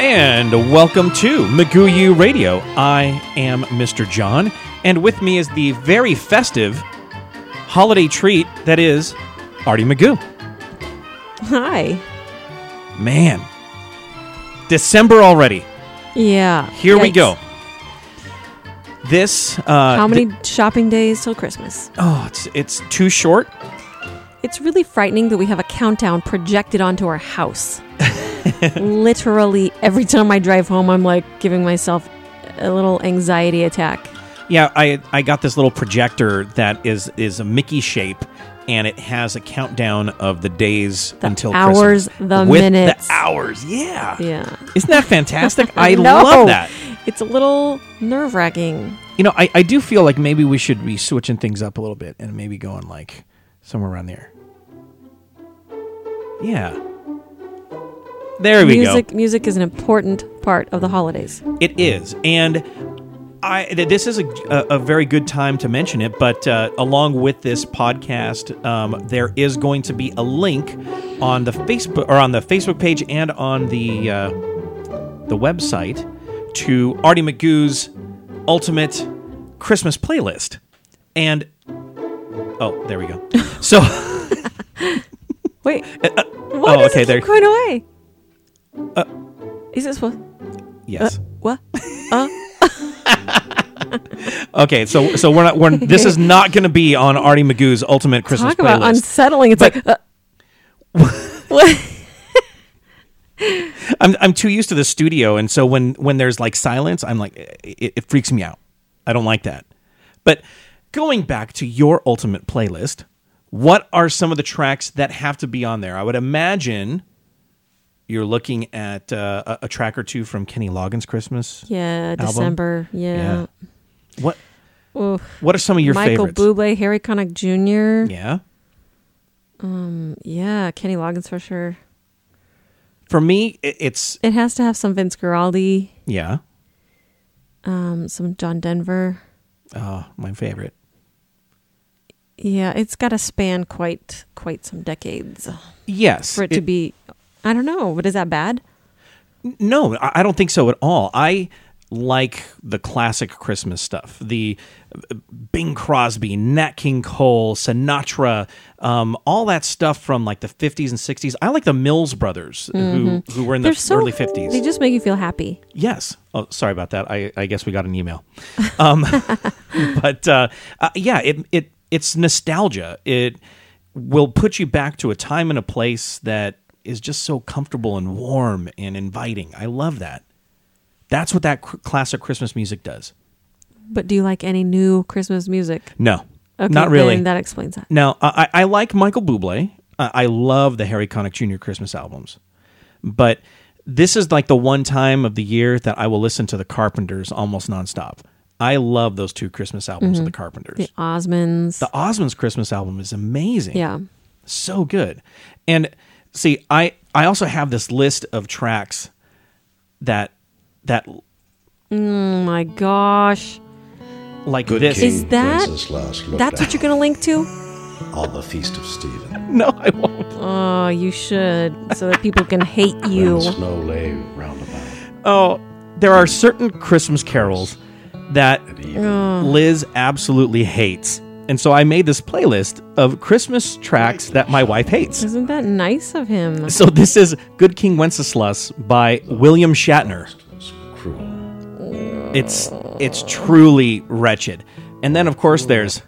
And welcome to Maguyu Radio. I am Mr. John, and with me is the very festive holiday treat that is Artie Magoo. Hi. Man, December already. Yeah. Here we Yikes. go. This uh, How many shopping days till Christmas? oh, it's it's too short. It's really frightening that we have a countdown projected onto our house. Literally every time I drive home, I'm like giving myself a little anxiety attack. Yeah, I I got this little projector that is is a Mickey shape, and it has a countdown of the days until hours, Christmas. the With minutes. the hours. Yeah. Yeah. Isn't that fantastic? I know. love that. It's a little nerve wracking. You know, I, I do feel like maybe we should be switching things up a little bit and maybe going like somewhere around there. Yeah. There we Music go. music is an important part of the holidays. It is. And I th- this is a, a, a very good time to mention it, but uh, along with this podcast, um, there is going to be a link on the Facebook or on the Facebook page and on the uh, the website to Artie McGoo's ultimate Christmas playlist. And oh, there we go. So Wait. oh, What is okay, it there- Uh. keep going away? is this what? yes. What? Uh, Okay, so so we're not we're this is not going to be on Artie McGoo's ultimate Christmas Talk about playlist. unsettling. It's like. Uh, what? I'm I'm too used to the studio, and so when when there's like silence, I'm like it, it freaks me out. I don't like that. But going back to your ultimate playlist, what are some of the tracks that have to be on there? I would imagine you're looking at uh, a, a track or two from Kenny Loggins' Christmas. Yeah, December. Yeah. What Ooh, What are some of your Michael favorites? Bublé, Harry Connick Jr. Yeah. yeah. Kenny Loggins for sure. For me, it, it's It has to have some Vince Guaraldi, yeah, um, some John Denver. oh, my favorite. Yeah, it's got to span quite quite some decades Yes, for it, to be. I don't know, but is that bad? No, I I don't think so at all. I like the classic Christmas stuff, the uh, Bing Crosby, Nat King Cole, Sinatra, um, all that stuff from like the 50s and 60s. I like the Mills brothers who, who were in the Mm-hmm. They're so early 50s. They just make you feel happy. Yes. Oh, sorry about that. I, I guess we got an email. Um, but uh, uh, yeah, it it it's nostalgia. It will put you back to a time and a place that is just so comfortable and warm and inviting. I love that. That's what that cr- classic Christmas music does. But do you like any new Christmas music? No, not really. then that explains that. Now, I, I I like Michael Bublé. I, I love the Harry Connick Jr. Christmas albums, but this is like the one time of the year that I will listen to the Carpenters almost nonstop. I love those two Christmas albums of the Carpenters. The Osmonds. The Osmonds Christmas album is amazing yeah. so good. And see, I I also have this list of tracks that that Oh my gosh. like Good this. King Is that- Wenceslas looked That's what out you're going to link to? on the feast of Stephen. No, I won't. Oh, you should, so that people can hate you. When snow lay round about, Oh, there are certain Christmas carols that and even Liz absolutely hates. And so I made this playlist of Christmas tracks that my wife hates. Isn't that nice of him? So this is Good King Wenceslas by William Shatner. was cruel. It's it's truly wretched. And then of course there's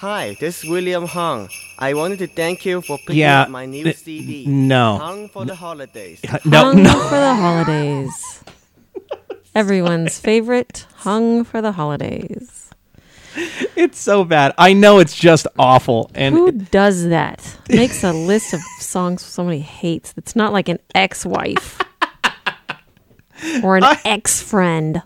Hi, this is William Hung. I wanted to thank you for picking Yeah, up my new n- CD. n- no. Hung for the holidays. no hung no for the holidays. Everyone's favorite, hung for the holidays. it's so bad. I know it's just awful and Who does that? Makes a list of songs somebody hates. It's not like an ex-wife or an ex-friend.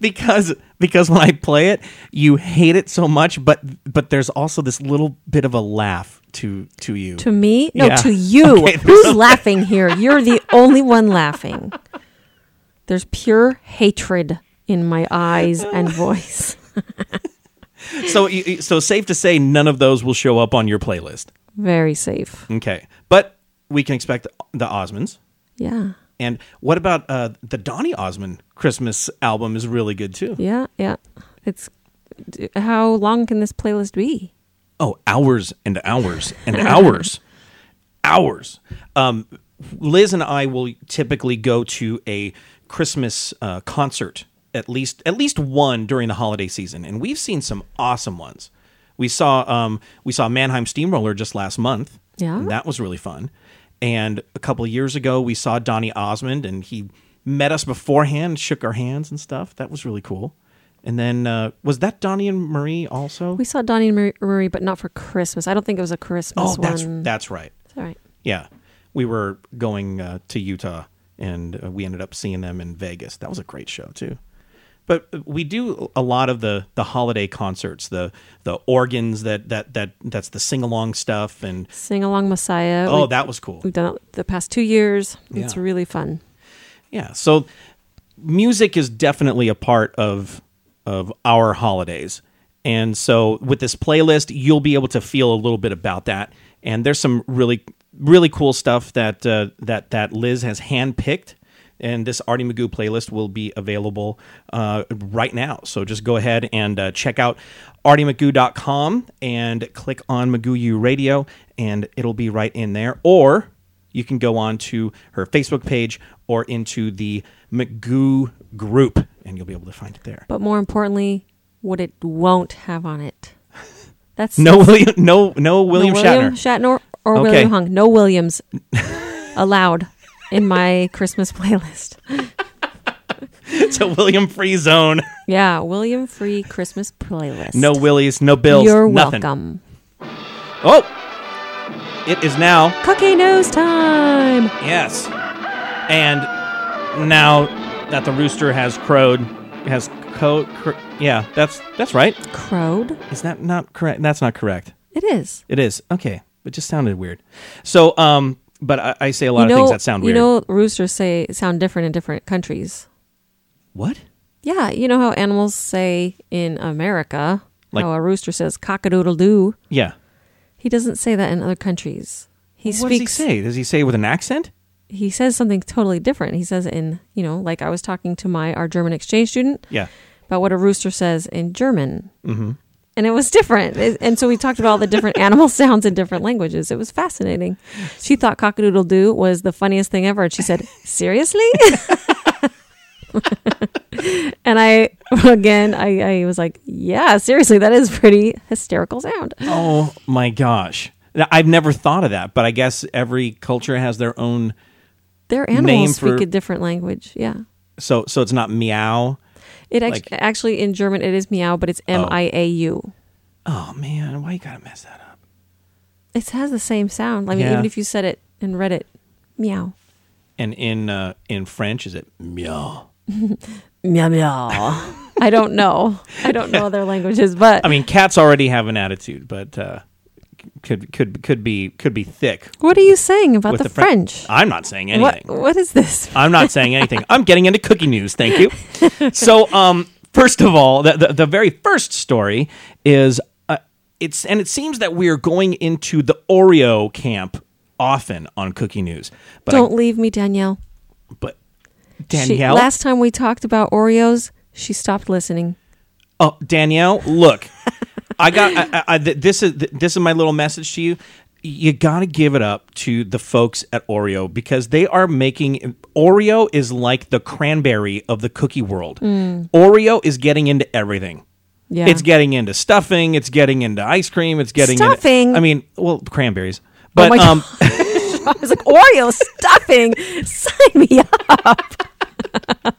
because because when I play it, you hate it so much but but there's also this little bit of a laugh to to you. To me? No, Yeah. to you. Okay, Who's laughing here? You're the only one laughing. There's pure hatred in my eyes and voice. so you- you- so safe to say none of those will show up on your playlist. Very safe. Okay. But we can expect the Osmonds. Yeah. And what about uh, the Donny Osmond Christmas album is really good too. Yeah. Yeah. It's d- how long can this playlist be? Oh, hours and hours and hours, hours. Um, Liz and I will typically go to a Christmas uh, concert at least at least one during the holiday season, and we've seen some awesome ones. We saw um, we saw Mannheim Steamroller just last month. Yeah. and that was really fun. And a couple of years ago, we saw Donny Osmond, and he met us beforehand, shook our hands and stuff. That was really cool. And then uh, was that Donny and Marie also? We saw Donnie and Marie- Marie, but not for Christmas. I don't think it was a Christmas Oh, one. that's that's right. It's all right. Yeah, we were going uh, to Utah, and uh, we ended up seeing them in Vegas. That was a great show too. But uh, we do a lot of the the holiday concerts, the the organs that that that that's the sing along stuff, and Sing along Messiah. oh, We- that was cool. We've done it the past two years. It's Yeah. really fun. Yeah, so music is definitely a part of of our holidays. And so with this playlist, you'll be able to feel a little bit about that. And there's some really really cool stuff that uh, that that Liz has handpicked. And this Artie Magoo playlist will be available uh, right now. So just go ahead and uh, check out artiemagoo.com and click on Magoo U Radio, and it'll be right in there. Or you can go on to her Facebook page or into the McGoo group, and you'll be able to find it there. But more importantly, what it won't have on it. That's No, William, no, no, William, no William Shatner. Shatner or Okay. William Hung. No Williams allowed in my Christmas playlist. It's a William Free Zone. Yeah, William free Christmas playlist. No Willies, no Bills. You're nothing. welcome. Oh, it is now. Cookie news time. Yes, and now that the rooster has crowed, has co. Cr- yeah, that's that's right. Crowed. Is that not correct? That's not correct. It is. It is okay. It just sounded weird. So, um, but I, I say a lot you of know, things that sound weird. You know, roosters say sound different in different countries. what? Yeah, you know how animals say in America, Like- how a rooster says cockadoodle doo. Yeah. He doesn't say that in other countries. He what speaks. does he say? Does he say it with an accent? he says something totally different. He says in you know, like I was talking to my our German exchange student Yeah. about what a rooster says in German, mm-hmm. and it was different. It- and so we talked about all the different animal sounds in different languages. It was fascinating. She thought cockadoodle doo was the funniest thing ever, and she said, "Seriously." and I again, I, I was like, "Yeah, seriously, that is pretty hysterical sound." Oh my gosh. Now, I've never thought of that, but I guess every culture has their own Their Name animals for- speak a different language. Yeah. so so it's not meow. It Like- actually, actually in German it is meow, but it's M I A U. Oh man, why you gotta mess that up? It has the same sound. I mean, Yeah. even if you said it and read it, meow, And in uh, in French is it meow? meow meow. I don't know. I don't know other languages, but I mean cats already have an attitude, but uh, could could could be could be thick what are you saying about with the, the, Fren- French? I'm not saying What anything. What is this? I'm not saying anything. I'm getting into cookie news. Thank you. So, um, first of all, the, the, the very first story is uh, it's, and it seems that we are going into the Oreo camp often on cookie news. But, I- don't leave me, Danielle. but She- Danielle, last time we talked about Oreos, she stopped listening. oh Danielle, look, I got I, I- I, th- this is th- this is my little message to you. You got to give it up to the folks at Oreo because they are making Oreo is like the cranberry of the cookie world. Oreo is getting into everything. Mm. Yeah. It's getting into stuffing. It's getting into ice cream. It's getting into- Stuffing? Oh I mean, well, cranberries. But my um, I was like Oreo stuffing. Sign me up.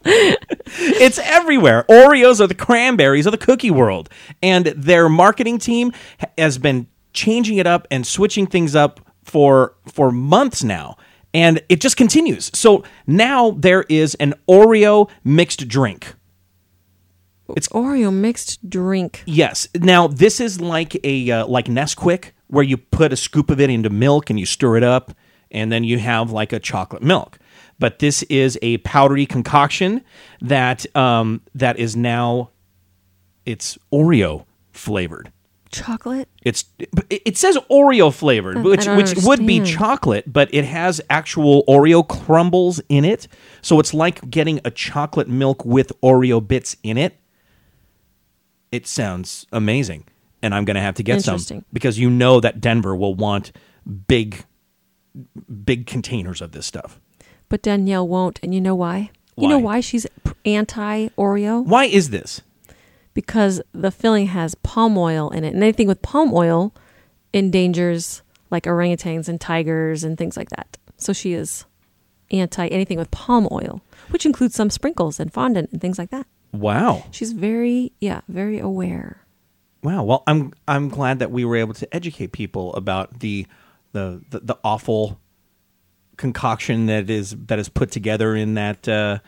it's everywhere. Oreos are the cranberries of the cookie world, and their marketing team ha- has been changing it up and switching things up for for months now, and it just continues. So now there is an Oreo mixed drink. It's Oreo mixed drink. Yes. Now this is like a uh, like Nesquik, where you put a scoop of it into milk and you stir it up, and then you have like a chocolate milk. But this is a powdery concoction that um, that is now it's Oreo flavored. chocolate? It's it it says Oreo flavored, which which Hmm, don't would be understand. chocolate, but it has actual Oreo crumbles in it. So it's like getting a chocolate milk with Oreo bits in it. It sounds amazing, and I'm going to have to get some Interesting. because you know that Denver will want big big containers of this stuff. But Danielle won't, and you know why? You know Why? why she's anti Oreo? Why is this? Because the filling has palm oil in it, and anything with palm oil endangers like orangutans and tigers and things like that. So she is anti anything with palm oil, which includes some sprinkles and fondant and things like that. Wow. She's very, yeah, very aware. Wow. Well, I'm I'm glad that we were able to educate people about the the the, the awful concoction that is that is put together in that uh,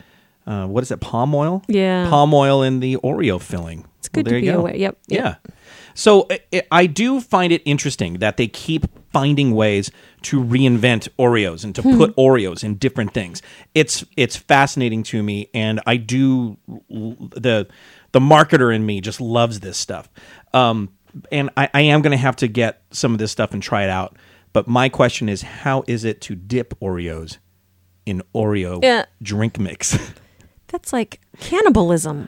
uh, what is it palm oil? Yeah. palm oil in the Oreo filling. It's good Well, there to be you go. aware. Yep. yep. Yeah. So i i I do find it interesting that they keep finding ways to reinvent Oreos and to put Oreos in different things. It's it's fascinating to me, and I do the the marketer in me just loves this stuff. Um, and I, I am going to have to get some of this stuff and try it out. But my question is, how is it to dip Oreos in Oreo Yeah. drink mix? That's like cannibalism.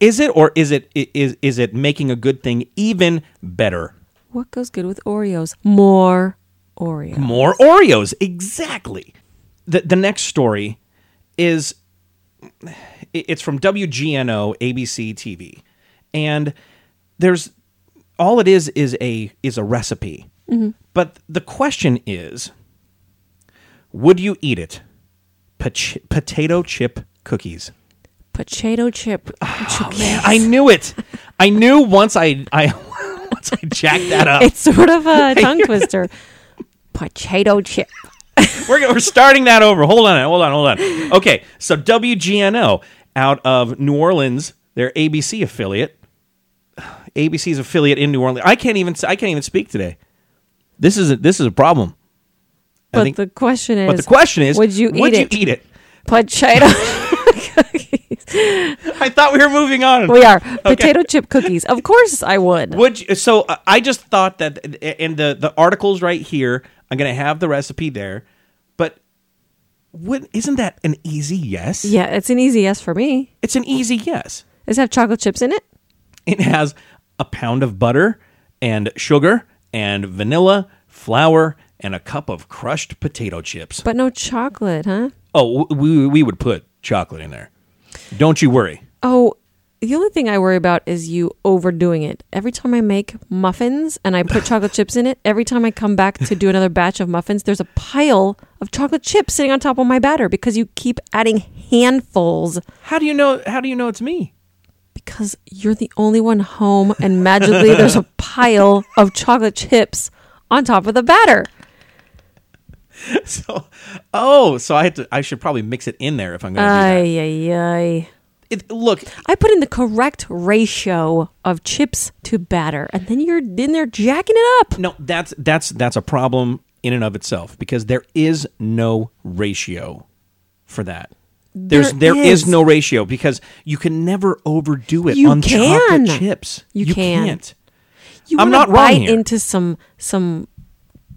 Is it or is it is is it making a good thing even better? What goes good with Oreos? More Oreo. More Oreos, exactly. The the next story is it's from WGNO ABC TV, and there's all it is is a is a recipe. But the question is, would you eat it? Poch- potato chip cookies. Potato chip. Oh, Man, I knew it. I knew once I I once I jacked that up. It's sort of a tongue twister. Potato chip. we're, we're starting that over. Hold on, hold on, hold on. Okay, so WGNO out of New Orleans, their ABC affiliate, ABC's affiliate in New Orleans. I can't even I can't even speak today. This is a, this is a problem. I But think- the question is but the question is, Would you eat would it? You eat it? Potato cookies. I thought we were moving on. We are. Potato chip cookies. Of course I would. Would you, so uh, I just thought that and the the articles right here. I'm going to have the recipe there, but would isn't that an easy yes? Yeah, it's an easy yes for me. It's an easy yes. Does it have chocolate chips in it? It has a pound of butter and sugar and vanilla, flour, and a cup of crushed potato chips. But no chocolate, huh? Oh, w- we we would put chocolate in there. Don't you worry. Oh, the only thing I worry about is you overdoing it. Every time I make muffins and I put chocolate chips in it, every time I come back to do another batch of muffins, there's a pile of chocolate chips sitting on top of my batter because you keep adding handfuls How do you know? How do you know it's me? because you're the only one home and magically there's a pile of chocolate chips on top of the batter. So, oh, so I had to. I should probably mix it in there if I'm going to do Ay, ay, ay. that. It, look, I put in the correct ratio of chips to batter, and then you're in there jacking it up. no, that's that's that's a problem in and of itself because there is no ratio for that. There's There there is. is. no ratio because you can never overdo it You on can. chocolate chips. You can. can't. you I'm wanna not wrong bite here. into some some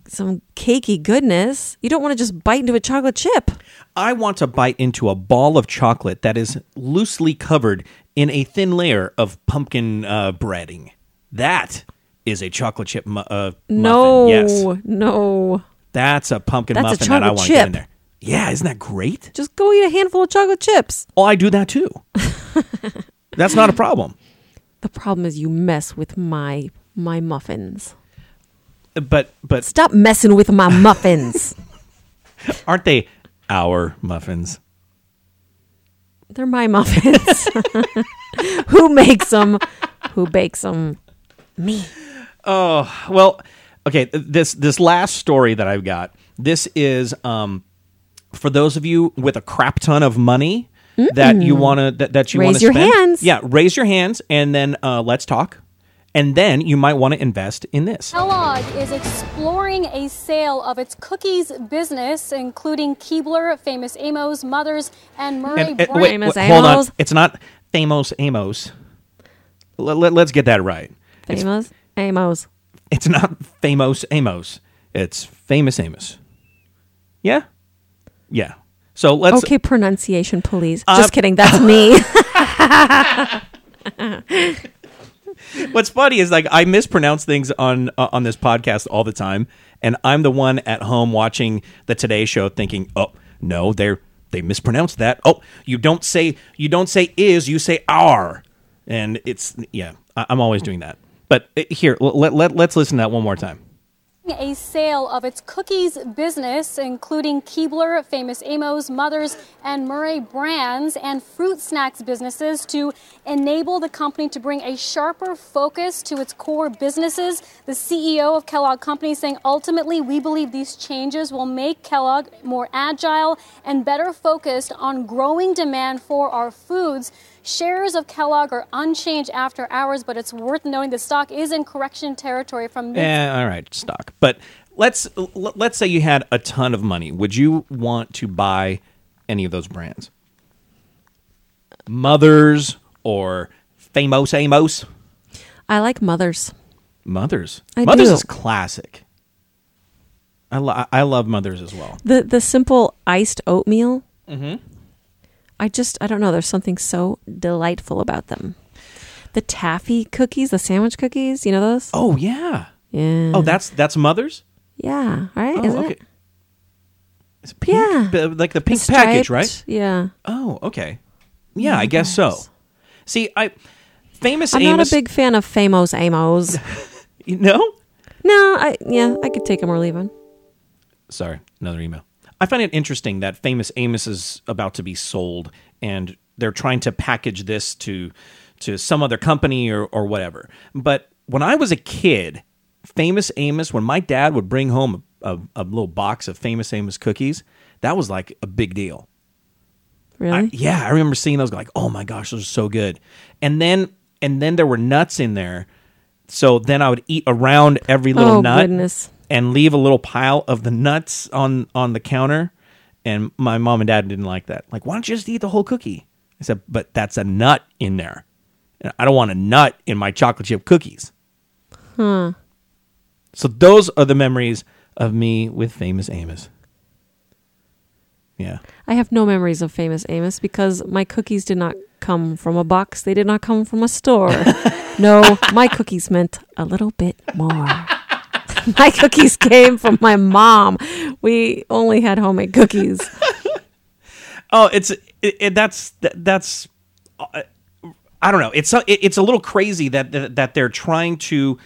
some cakey goodness. You don't want to just bite into a chocolate chip. I want to bite into a ball of chocolate that is loosely covered in a thin layer of pumpkin uh, breading. That is a chocolate chip mu- uh, No, muffin. Yes, no. that's a pumpkin That's a muffin that I chocolate want to get in chip. there. Yeah, isn't that great? Just go eat a handful of chocolate chips. Oh, I do that too. that's not a problem. The problem is you mess with my my muffins. But but Stop messing with my muffins. aren't they our muffins? They're my muffins. Who makes them? Who bakes them? Me. Well, okay, this this last story that I've got. This is um for those of you with a crap ton of money that you want to that, that you want Raise to your spend. hands. Yeah, raise your hands and then uh, let's talk. And then you might want to invest in this. Kellogg is exploring a sale of its cookies business, including Keebler, Famous Amos, Mothers, and Murray And, uh, Brand. wait, Famous wait, hold on. Amos. It's not Famos Amos. Let, let, us get that right. It's Famous Amos. It's not Famous Amos. It's Famous Amos. Yeah? Yeah. So Uh, let's. Okay, pronunciation, please. Just kidding. That's me. What's funny is like I mispronounce things on uh, on this podcast all the time, and I'm the one at home watching the Today Show thinking, "Oh no, they're they mispronounced that. Oh, you don't say you don't say is, you say are," and it's yeah, I, I'm always doing that. But uh, here, l- let, let let's listen to that one more time. a sale of its cookies business, including Keebler, Famous Amos, Mothers, and Murray brands and fruit snacks businesses to enable the company to bring a sharper focus to its core businesses. The CEO of Kellogg Company saying ultimately we believe these changes will make Kellogg more agile and better focused on growing demand for our foods. Shares of Kellogg are unchanged after hours, but it's worth noting the stock is in correction territory from mid Yeah, Eh, all right, stock. But let's l- let's say you had a ton of money. Would you want to buy any of those brands? Mothers or Famos Amos? I like mothers. Mothers. I Mothers do. is classic. I, lo- I love Mothers as well. The the simple iced oatmeal. Mm-hmm. I just I don't know. There's something so delightful about them. The taffy cookies, the sandwich cookies. You know those? Oh yeah. Yeah. Oh, that's that's Mothers. yeah. Right? Oh, Isn't okay. it? It's pink, Yeah. b- like the pink Striped, package, right? Yeah. Oh, okay. Yeah, I guess so. See, I famous I'm not Amos. a big fan of Famos Amos. you know? no, I yeah, I could take him or leave him. Sorry, another email. I find it interesting that Famous Amos is about to be sold, and they're trying to package this to to some other company or or whatever. But when I was a kid, Famous Amos, when my dad would bring home a, a, a little box of Famous Amos cookies, that was like a big deal. Really? I, yeah, I remember seeing those. Like, oh my gosh, those are so good. And then and then there were nuts in there, so then I would eat around every little Oh, nut goodness. and leave a little pile of the nuts on on the counter. And my mom and dad didn't like that. Like, why don't you just eat the whole cookie? I said, but that's a nut in there, and I don't want a nut in my chocolate chip cookies. Hmm. So those are the memories of me with Famous Amos. Yeah. I have no memories of Famous Amos because my cookies did not come from a box. They did not come from a store. no, my cookies meant a little bit more. my cookies came from my mom. We only had homemade cookies. Oh, it's it, it, that's that, that's uh, I don't know. It's a- it, it's a little crazy that, that that they're trying to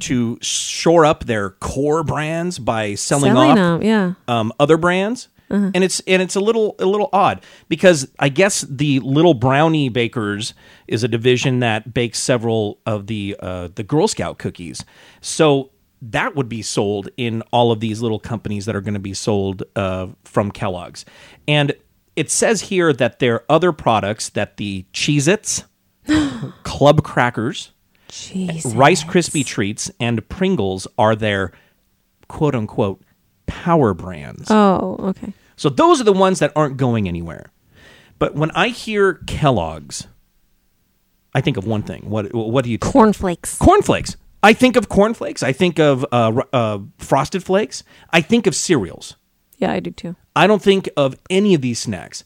to shore up their core brands by selling, off them, yeah. um, other brands, and it's and it's a little a little odd because I guess the Little Brownie Bakers is a division that bakes several of the uh, the Girl Scout cookies, so that would be sold in all of these little companies that are going to be sold uh, from Kellogg's, and it says here that there are other products that the Cheez-Its, Club Crackers, Jeez. Rice Krispie treats, and Pringles are their quote unquote power brands. Oh, okay. So those are the ones that aren't going anywhere. But when I hear Kellogg's, I think of one thing. What what do you think? Cornflakes. Cornflakes. I think of cornflakes. I think of uh, r- uh, frosted flakes. I think of cereals. Yeah, I do too. I don't think of any of these snacks.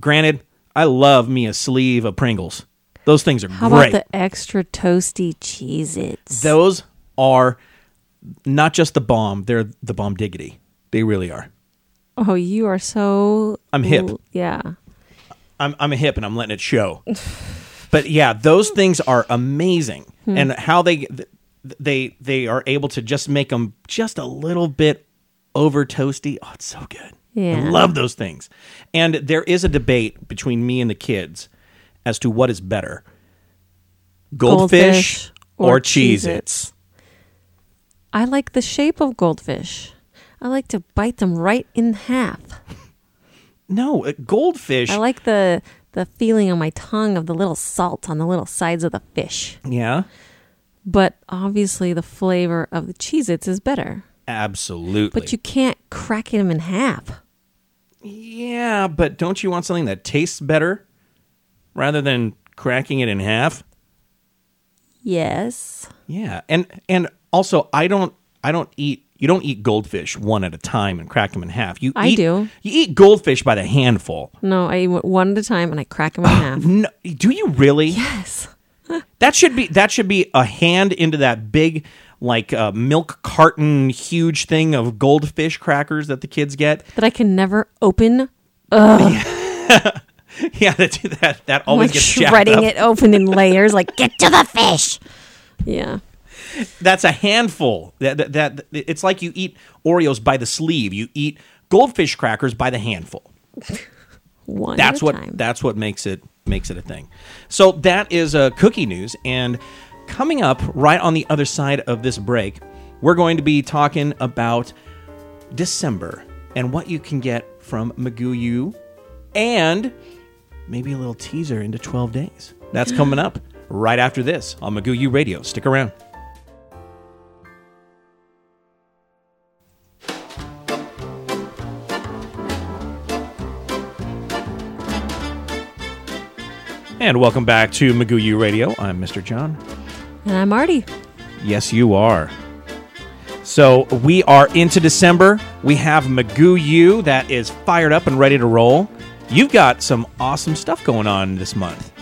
Granted, I love me a sleeve of Pringles. Those things are How great. about the extra toasty Cheez Its? Those are not just the bomb; they're the bomb diggity. They really are. oh, you are so. I'm hip. Yeah. I'm I'm a hip and I'm letting it show. but yeah, those things are amazing, Hmm. and how they th- they they are able to just make them just a little bit over toasty. Oh, it's so good. I Yeah. love those things. And there is a debate between me and the kids as to what is better, goldfish, Goldfish or, or Cheez-Its. Cheez-Its. I like the shape of goldfish. I like to bite them right in half. No, uh, goldfish. I like the the feeling on my tongue of the little salt on the little sides of the fish. yeah, But obviously the flavor of the Cheez Its is better. absolutely. But you can't crack them in half. Yeah, but don't you want something that tastes better rather than cracking it in half? Yes. Yeah, and and also I don't I don't eat you don't eat goldfish one at a time and crack them in half. You I eat- do. You eat goldfish by the handful. No, I eat one at a time and I crack them in half. No, do you really? Yes. That should be that should be a hand into that big like uh, milk carton huge thing of goldfish crackers that the kids get. That I can never open. Yeah, that that that I'm always like gets jacked shredding up. it open in layers. Like get to the fish. Yeah. That's a handful. That, that that it's like you eat Oreos by the sleeve. You eat goldfish crackers by the handful. One. that's at a what Time. that's what makes it makes it a thing. So that is uh, cookie news, and coming up right on the other side of this break, we're going to be talking about December and what you can get from Maguyu, and maybe a little teaser into twelve days. That's coming up right after this on Maguyu Radio. Stick around. And welcome back to Maguyu Radio. I'm Mr. John. And I'm Artie. Yes, you are. So we are into December. We have Magoo U that is fired up and ready to roll. You've got some awesome stuff going on this month.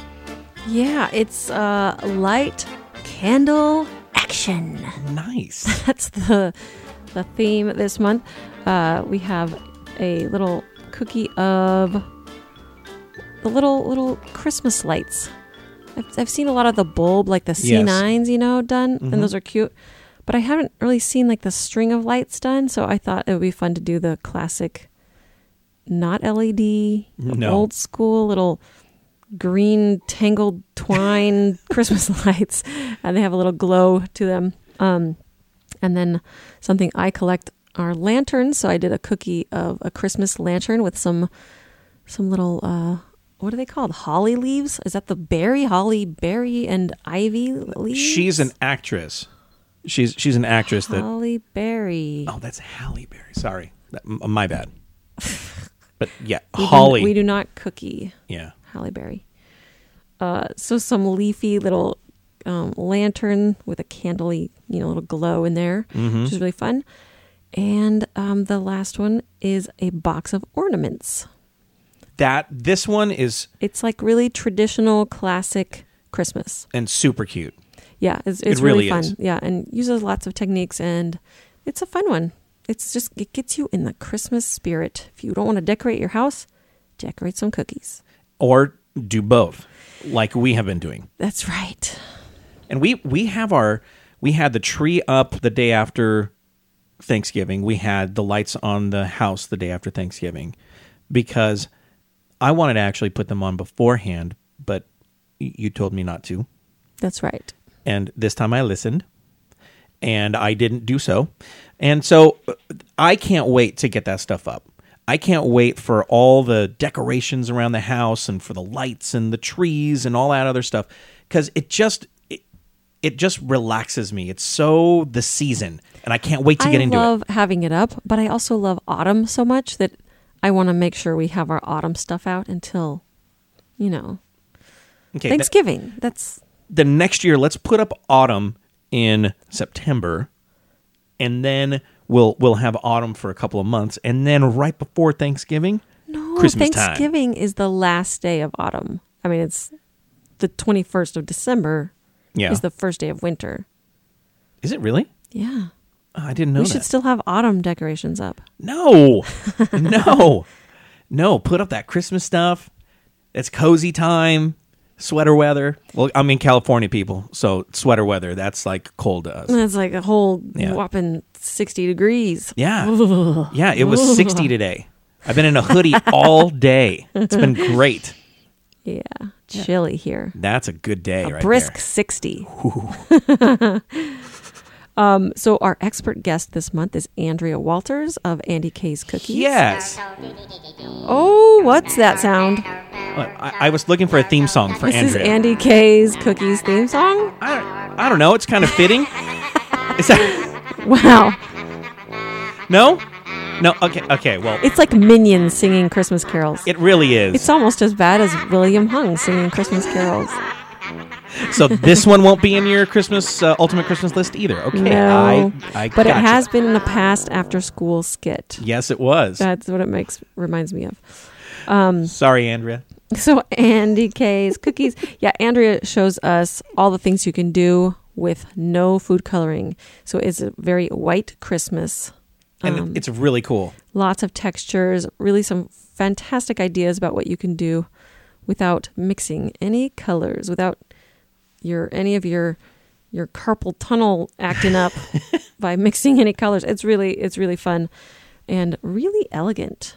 Yeah, it's uh, light candle action. Nice. That's the the theme this month. Uh, we have a little cookie of the little little Christmas lights. I've, I've seen a lot of the bulb, like the Yes. Mm-hmm. C9s, you know, done, and those are cute. But I haven't really seen like the string of lights done, so I thought it would be fun to do the classic, not LED, No. old school little green tangled twine Christmas lights, and they have a little glow to them. Um, and then something I collect are lanterns. So I did a cookie of a Christmas lantern with some some little uh, what are they called? Holly leaves? Is that the berry holly berry and ivy leaves? she's an actress. She's she's an actress that. holly berry. Oh, that's Halle Berry. Sorry, that, m- my bad. But yeah, We do- Holly. we do not cookie. Yeah. Halle Berry. Uh, so some leafy little um, lantern with a candly, you know, little glow in there, Mm-hmm. which is really fun. And um, the last one is a box of ornaments. That this one is It's like really traditional, classic Christmas. and super cute. Yeah, it's, it's really really, fun. is. Yeah, and uses lots of techniques, and it's a fun one. It's just it gets you in the Christmas spirit. If you don't want to decorate your house, decorate some cookies. Or do both, like we have been doing. That's right. And we we have our we had the tree up the day after Thanksgiving. We had the lights on the house the day after Thanksgiving because I wanted to actually put them on beforehand, but y- you told me not to. That's right. And this time I listened and I didn't do so. And so uh, I can't wait to get that stuff up. I can't wait for all the decorations around the house and for the lights and the trees and all that other stuff cuz it just it, it just relaxes me. It's so the season and I can't wait to get I into love having it up, but I also love autumn so much that I want to make sure we have our autumn stuff out until, you know, it. Okay. th- Thanksgiving. That's the next year let's put up autumn in September and then we'll we'll have autumn for a couple of months and then right before Thanksgiving no Christmas time. Thanksgiving is the last day of autumn. I mean, it's the twenty first of December. Yeah. is the first day of winter. Is it really? Yeah, Oh, I didn't know we that. should still have autumn decorations up. no, no, no. Put up that Christmas stuff. It's cozy time. Sweater weather. Well, I'm in California, people. So sweater weather. That's like cold to us. That's like a whole Yeah. whopping sixty degrees. Yeah, yeah. It was 60 today. I've been in a hoodie all day. It's been great. Yeah, chilly here. That's a good day, right brisk there. 60. um, so, our expert guest this month is Andrea Walters of Andy K's Cookies. Yes. Oh, what's that sound? Well, I, I was looking for a theme song for This Andrea. is Andy K's Cookies theme song? I, don't, I don't know. It's kind of fitting. Is that Wow. no? No. Okay. Okay. Well, It's like minions singing Christmas carols. it really is. It's almost as bad as William Hung singing Christmas carols. So this one won't be in your Christmas uh, ultimate Christmas list either. Okay, No, I, I but it gotcha. has been in the past after school skit. Yes, it was. That's what it makes reminds me of. Sorry, Andrea. So Andy K's cookies. Yeah, Andrea shows us all the things you can do with no food coloring. So it's a very white Christmas. And Um, it's really cool. Lots of textures, really some fantastic ideas about what you can do without mixing any colors, without your any of your your carpal tunnel acting up by mixing any colors. It's really it's really fun and really elegant.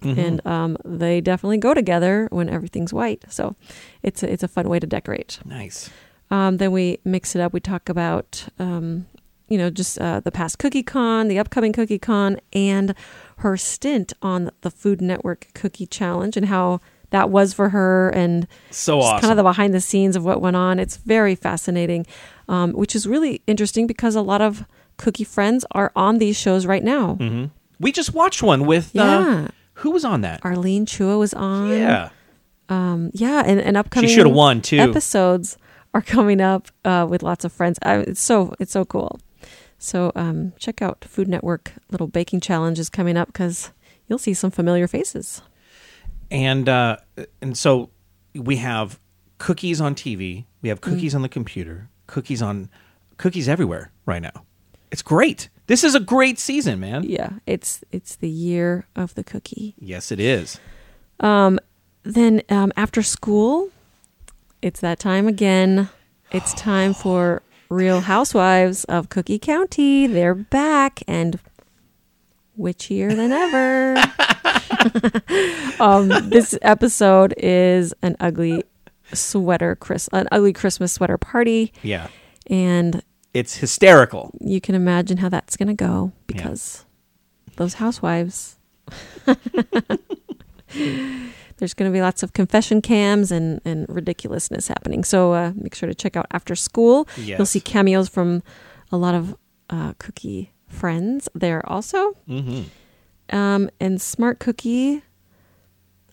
And um, they definitely go together when everything's white. So it's a, it's a fun way to decorate. Nice. Um, then we mix it up. We talk about, um, you know, just uh, the past Cookie Con, the upcoming Cookie Con, and her stint on the Food Network Cookie Challenge and how that was for her and So just awesome. kind of the behind the scenes of what went on. It's very fascinating, um, which is really interesting because a lot of cookie friends are on these shows right now. Mm-hmm. We just watched one with. Uh, Yeah. who was on that? Arlene Chua was on. yeah. Yeah, and, and upcoming should've won, too. Episodes are coming up uh, with lots of friends. I, it's so it's so cool. So um, check out Food Network little baking challenge is coming up because you'll see some familiar faces. and uh, and so we have cookies on TV, we Mm-hmm. have cookies on the computer, cookies on cookies everywhere right now. It's great. This is a great season, man. Yeah, it's it's the year of the cookie. Yes, it is. Then um, after school, it's that time again. It's time for Real Housewives of Cookie County. They're back and witchier than ever. um, this episode is an ugly sweater, Chris, an ugly Christmas sweater party, Yeah, and it's hysterical. you can imagine how that's going to go because those housewives. There's going to be lots of confession cams and, and ridiculousness happening. So uh, make sure to check out After School. You'll Yes. see cameos from a lot of uh, cookie friends there also. Um, and Smart Cookie.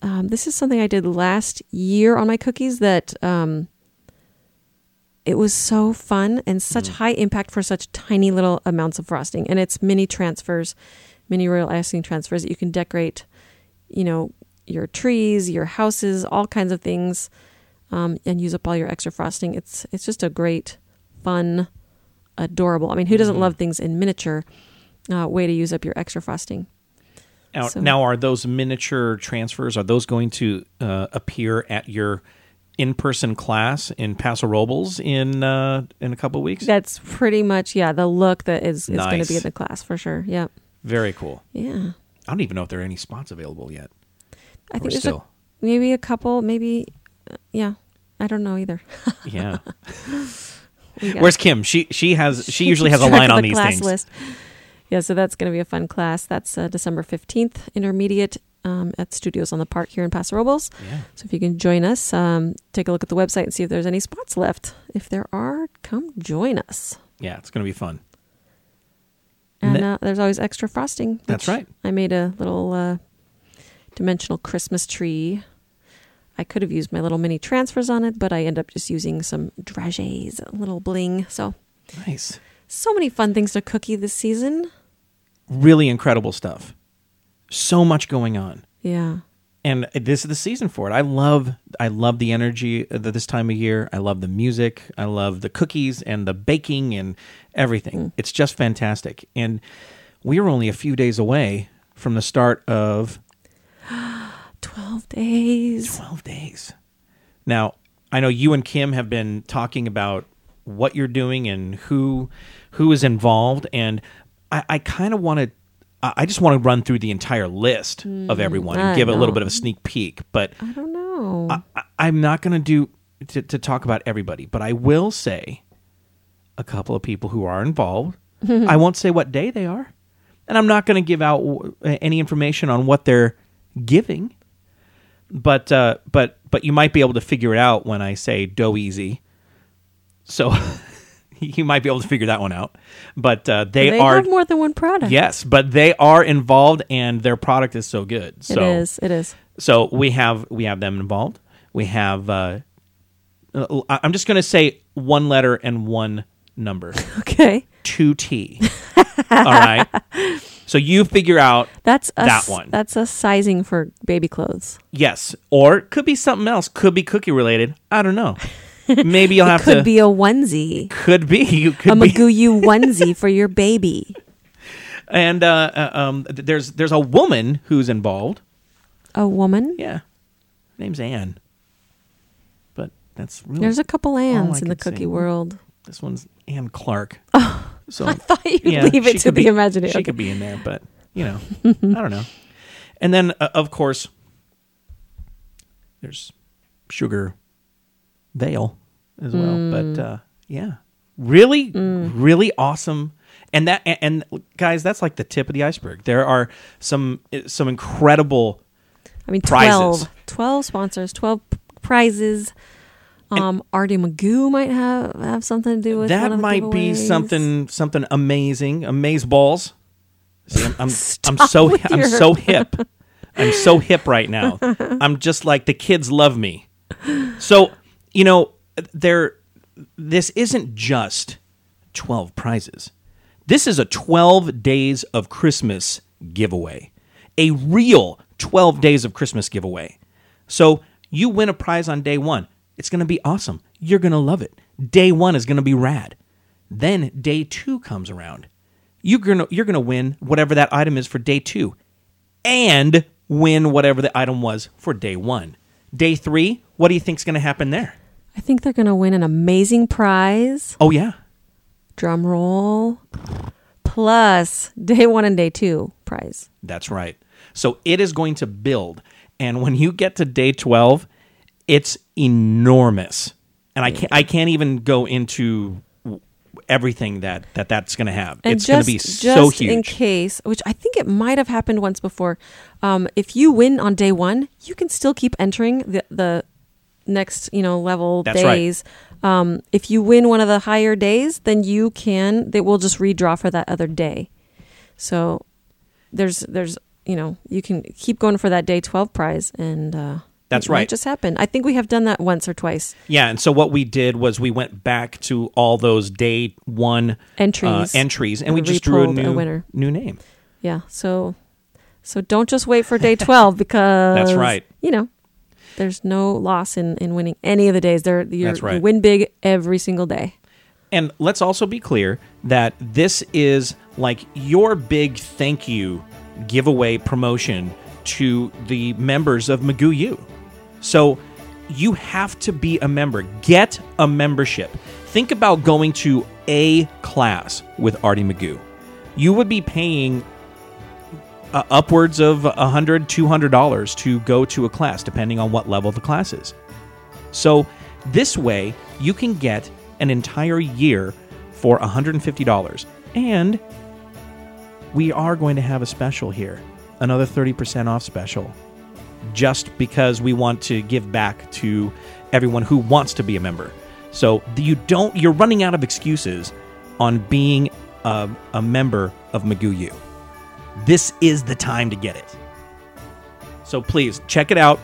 Um, this is something I did last year on my cookies that um, it was so fun and such high impact for such tiny little amounts of frosting. And it's mini transfers, mini royal icing transfers that you can decorate, you know, your trees, your houses, all kinds of things, um, and use up all your extra frosting. It's it's just a great, fun, adorable. I mean, who doesn't love things in miniature? Uh, way to use up your extra frosting. Now, So- now, are those miniature transfers? Are those going to uh, appear at your in-person class in Paso Robles in uh, in a couple weeks? That's pretty much yeah. The look that is is going to Nice. be in the class for sure. Yep. Very cool. Yeah. I don't even know if there are any spots available yet. I Or think there's a, still. maybe a couple, maybe, uh, yeah. I don't know either. Yeah. We got- Where's Kim? She she has she, keeps usually has a track line of on the these class things. List. Yeah, so that's going to be a fun class. That's uh, December 15th, intermediate um, at Studios on the Park here in Paso Robles. Yeah. So if you can join us, um, take a look at the website and see if there's any spots left. If there are, come join us. Yeah, it's going to be fun. And Ne- uh, there's always extra frosting. That's which right. I made a little uh, dimensional Christmas tree. I could have used my little mini transfers on it, but I end up just using some dragees, a little bling. So, Nice. so many fun things to cookie this season. Really incredible stuff. So much going on. Yeah. And this is the season for it. I love I love the energy at this time of year. I love the music. I love the cookies and the baking and everything. It's just fantastic. And we are only a few days away from the start of 12 days. 12 days. Now, I know you and Kim have been talking about what you're doing and who who is involved and I, I kind of want to I I just want to run through the entire list of everyone and Mm, I give a little know. Oh, bit of a sneak peek, but I don't know. I, I- I'm not going to do to, to talk about everybody, but I will say a couple of people who are involved. I won't say what day they are, and I'm not going to give out w- any information on what they're giving. But uh, but but you might be able to figure it out when I say dough easy. So you might be able to figure that one out. But uh, they, they are have more than one product. yes, but they are involved, and their product is so good. It so is. It is. so we have we have them involved. We have uh, uh, I- I'm just going to say one letter and one number. Okay. 2T. All right. So you figure out That's a, That s- one. That's a sizing for baby clothes. yes, or it could be something else, could be cookie related. I don't know. Maybe you'll have Could to be a onesie, could be you a could be Maguyu onesie for your baby. and uh, uh, um th- there's there's a woman who's involved. A woman. Yeah. Name's Anne. But that's really There's a couple Oh, ands I in the could see. cookie world. this one's Anne Clark. so Oh, I thought you'd leave she it to could the be- imaginary. She Okay. could be in there, but you know, I don't know. And then, uh, of course, there's Sugar Veil as well. Mm. But uh, yeah, really, really awesome. And that, and, and guys, that's like the tip of the iceberg. There are some eh, some incredible I mean, Prizes. 12. 12 sponsors, 12 p- prizes. Um, Artie Magoo might have, have something to do with one that of the might be giveaways. something something amazing amaze balls See, i'm i'm, I'm Stop so with i'm your- so hip i'm so hip right now i'm just like the kids love me so you know there this isn't just 12 prizes this is a 12 days of christmas giveaway a real 12 days of christmas giveaway so you win a prize on day one. It's going to be awesome. You're going to love it. Day one is going to be rad. Then day two comes around. You're going to you're going to win whatever that item is for day two and win whatever the item was for day one. Day three, what do you think's going to happen there? I think they're going to win an amazing prize. Oh, yeah. Drum roll. Plus day one and day two prize. That's right. So it is going to build. And when you get to day 12, it's enormous. And I can't, I can't even go into w- everything that, that that's going to have. And it's just, going to be just so in huge. case, which I think it might have happened once before, um, if you win on day one, you can still keep entering the, the next you know level That's right. days. Um, if you win one of the higher days, then you can. They will just redraw for that other day. So there's there's you know you can keep going for that day twelve prize and. Uh, That's it might right. Uh, just happened. I think we have done that once or twice. yeah. And so what we did was we went back to all those day one uh, Entries. entries and we And just drew a repolled a new, winner. new name. Yeah. So so don't just wait for day 12 because right. You know, there's no loss in in winning any of the days. There you're- That's right. you win big every single day. And let's also be clear that this is like your big thank you giveaway promotion to the members of Magoo So you have to be a member. Get a membership. Think about going to a class with Artie Magoo. You would be paying uh, upwards of $100, $200 to go to a class, depending on what level the class is. So this way, you can get an entire year for $150. And we are going to have a special here, another 30% off special, just because we want to give back to everyone who wants to be a member. So you don't you're running out of excuses on being a, a member of Magoo. This is the time to get it. So please check it out,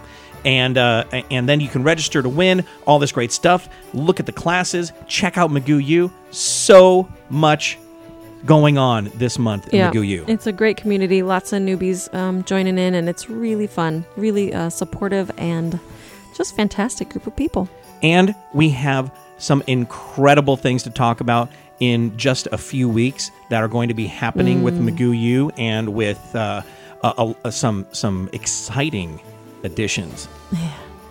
and uh, and then you can register to win all this great stuff. Look at the classes. Check out Magoo U. So much going on this month in Magoo U. It's a great community. Lots of newbies um, joining in and it's really fun, really uh, supportive and just fantastic group of people. And we have some incredible things to talk about in just a few weeks that are going to be happening with Magoo U and with uh, uh, uh, some some exciting additions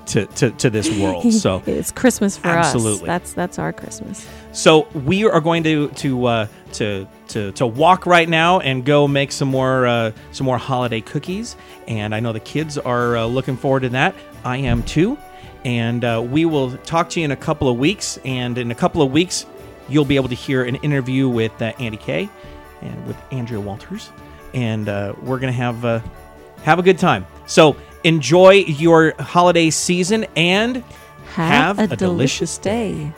to, to, to this world. Oh, So it's Christmas for us. Absolutely. That's that's our Christmas. So we are going to to uh, to to to walk right now and go make some more uh, some more holiday cookies. And I know the kids are uh, looking forward to that. I am too. And uh, we will talk to you in a couple of weeks. And in a couple of weeks, you'll be able to hear an interview with uh, Andy Kay and with Andrea Walters. And uh, we're gonna have uh, have a good time. So enjoy your holiday season and Have, a, delicious day.